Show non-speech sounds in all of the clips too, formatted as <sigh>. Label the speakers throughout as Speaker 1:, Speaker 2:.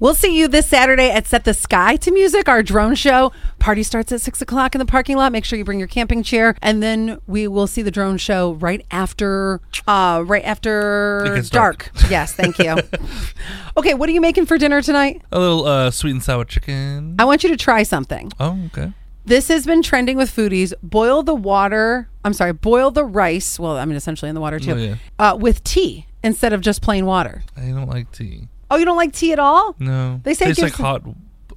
Speaker 1: We'll see you this Saturday at Set the Sky to Music, our drone show. Party starts at six o'clock in the parking lot. Make sure you bring your camping chair, and then we will see the drone show right after, uh, right after
Speaker 2: It gets
Speaker 1: dark.
Speaker 2: dark.
Speaker 1: Yes, thank
Speaker 2: <laughs>
Speaker 1: you. okay, what are you making for dinner tonight?
Speaker 2: A little uh, sweet and sour chicken.
Speaker 1: I want you to try something.
Speaker 2: Oh, okay.
Speaker 1: This has been trending with foodies. Boil the water. I'm sorry, boil the rice. Well, I mean, essentially in the water too,
Speaker 2: Oh, yeah.
Speaker 1: uh, with tea instead of just plain water.
Speaker 2: I don't like tea.
Speaker 1: Oh, you don't like tea at all?
Speaker 2: No.
Speaker 1: They say it
Speaker 2: tastes like
Speaker 1: gives the-
Speaker 2: hot.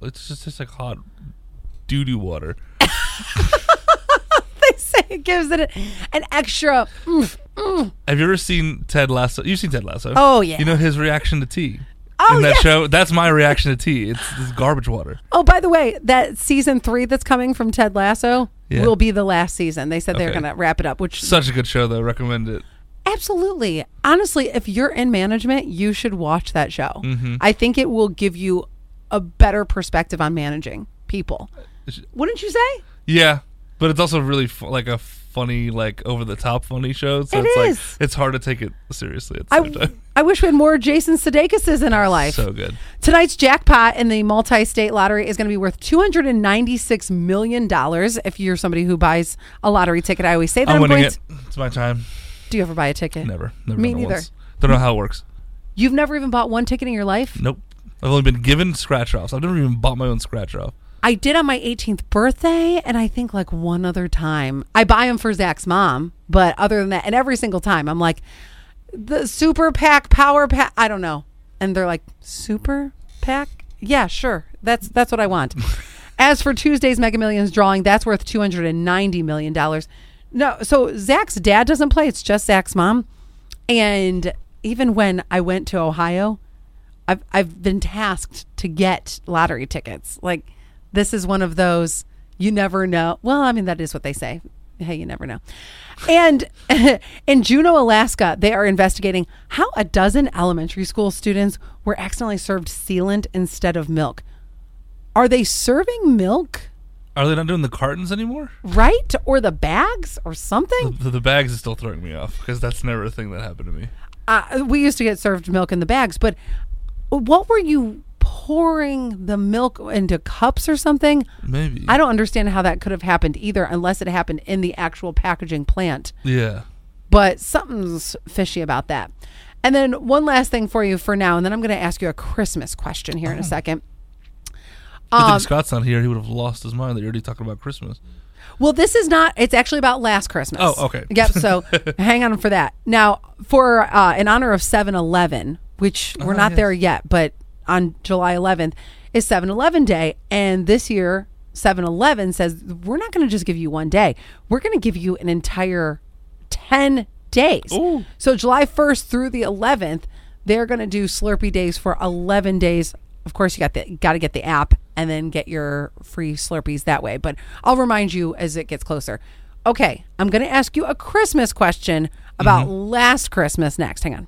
Speaker 2: It's just tastes like hot doo doo water.
Speaker 1: <laughs> They say it gives it a- an extra. oomph.
Speaker 2: Have you ever seen Ted Lasso? You've seen Ted Lasso.
Speaker 1: Oh, yeah.
Speaker 2: You know his reaction to tea.
Speaker 1: Oh,
Speaker 2: in that
Speaker 1: yeah.
Speaker 2: show, that's my reaction to tea. It's, it's garbage water.
Speaker 1: Oh, by the way, that season three that's coming from Ted Lasso
Speaker 2: Yeah.
Speaker 1: will be the last season. They said they're
Speaker 2: Okay.
Speaker 1: going to wrap it up, which
Speaker 2: Such a good show, though. Recommend it.
Speaker 1: Absolutely. Honestly, if you're in management, you should watch that show.
Speaker 2: Mm-hmm.
Speaker 1: I think it will give you a better perspective on managing people.
Speaker 2: Is-
Speaker 1: Wouldn't you say?
Speaker 2: Yeah, but it's also really fu- like a funny, like over the top funny show. So
Speaker 1: It
Speaker 2: it's
Speaker 1: is.
Speaker 2: like it's hard to take it seriously at the same
Speaker 1: I,
Speaker 2: time.
Speaker 1: I wish we had more Jason Sudeikis in our life.
Speaker 2: So good.
Speaker 1: Tonight's jackpot in the multi state lottery is going to be worth $296 million. If you're somebody who buys a lottery ticket, I always say that
Speaker 2: I'm winning
Speaker 1: going
Speaker 2: it.
Speaker 1: to-
Speaker 2: It's my time.
Speaker 1: Do you ever buy a ticket?
Speaker 2: Never. Never
Speaker 1: Me
Speaker 2: done it
Speaker 1: neither.
Speaker 2: Once. Don't know how it works.
Speaker 1: You've never even bought one ticket in your life?
Speaker 2: Nope. I've only been given scratch offs. I've never even bought my own scratch off.
Speaker 1: I did on my 18th birthday, and I think like one other time. I buy them for Zach's mom, but other than that, and every single time, I'm like, the super pack, power pack. I don't know, and they're like, super pack. Yeah, sure. That's that's what I want. As for Tuesday's Mega Millions drawing, that's worth 290 million dollars. No, so Zach's dad doesn't play; it's just Zach's mom. And even when I went to Ohio, I've I've been tasked to get lottery tickets. Like this is one of those you never know. Well, I mean that is what they say. Hey, you never know. And <laughs> in Juneau, Alaska, they are investigating how a dozen elementary school students were accidentally served sealant instead of milk. Are they serving milk
Speaker 2: Are they not doing the cartons anymore?
Speaker 1: right or the bags or something?
Speaker 2: The, the bags is still throwing me off because that's never a thing that happened to me.
Speaker 1: uh, we used to get served milk in the bags, but what were you pouring the milk into cups or something?
Speaker 2: Maybe.
Speaker 1: I don't understand how that could have happened either, unless it happened in the actual packaging plant.
Speaker 2: Yeah.
Speaker 1: But something's fishy about that. And then one last thing for you for now, and then I'm going to ask you a Christmas question here in a
Speaker 2: Mm.
Speaker 1: second.
Speaker 2: Good
Speaker 1: Um,
Speaker 2: thing Scott's not here. He would have lost his mind. They're already talking about Christmas.
Speaker 1: Well, this is not. It's actually about last Christmas.
Speaker 2: Oh, okay.
Speaker 1: Yep.
Speaker 2: <laughs>
Speaker 1: So hang on for that. Now, for uh, in honor of 7-Eleven, which we're
Speaker 2: Oh,
Speaker 1: not there yet, but on July 11th is 7-Eleven Day, and this year 7-Eleven says we're not going to just give you one day. We're going to give you an entire 10 days.
Speaker 2: Ooh.
Speaker 1: So July 1st through the 11th, they're going to do Slurpee days for 11 days. Of course, you got the got to get the app and then get your free Slurpees that way. But I'll remind you as it gets closer. Okay, I'm going to ask you a Christmas question about last Christmas next. Hang on.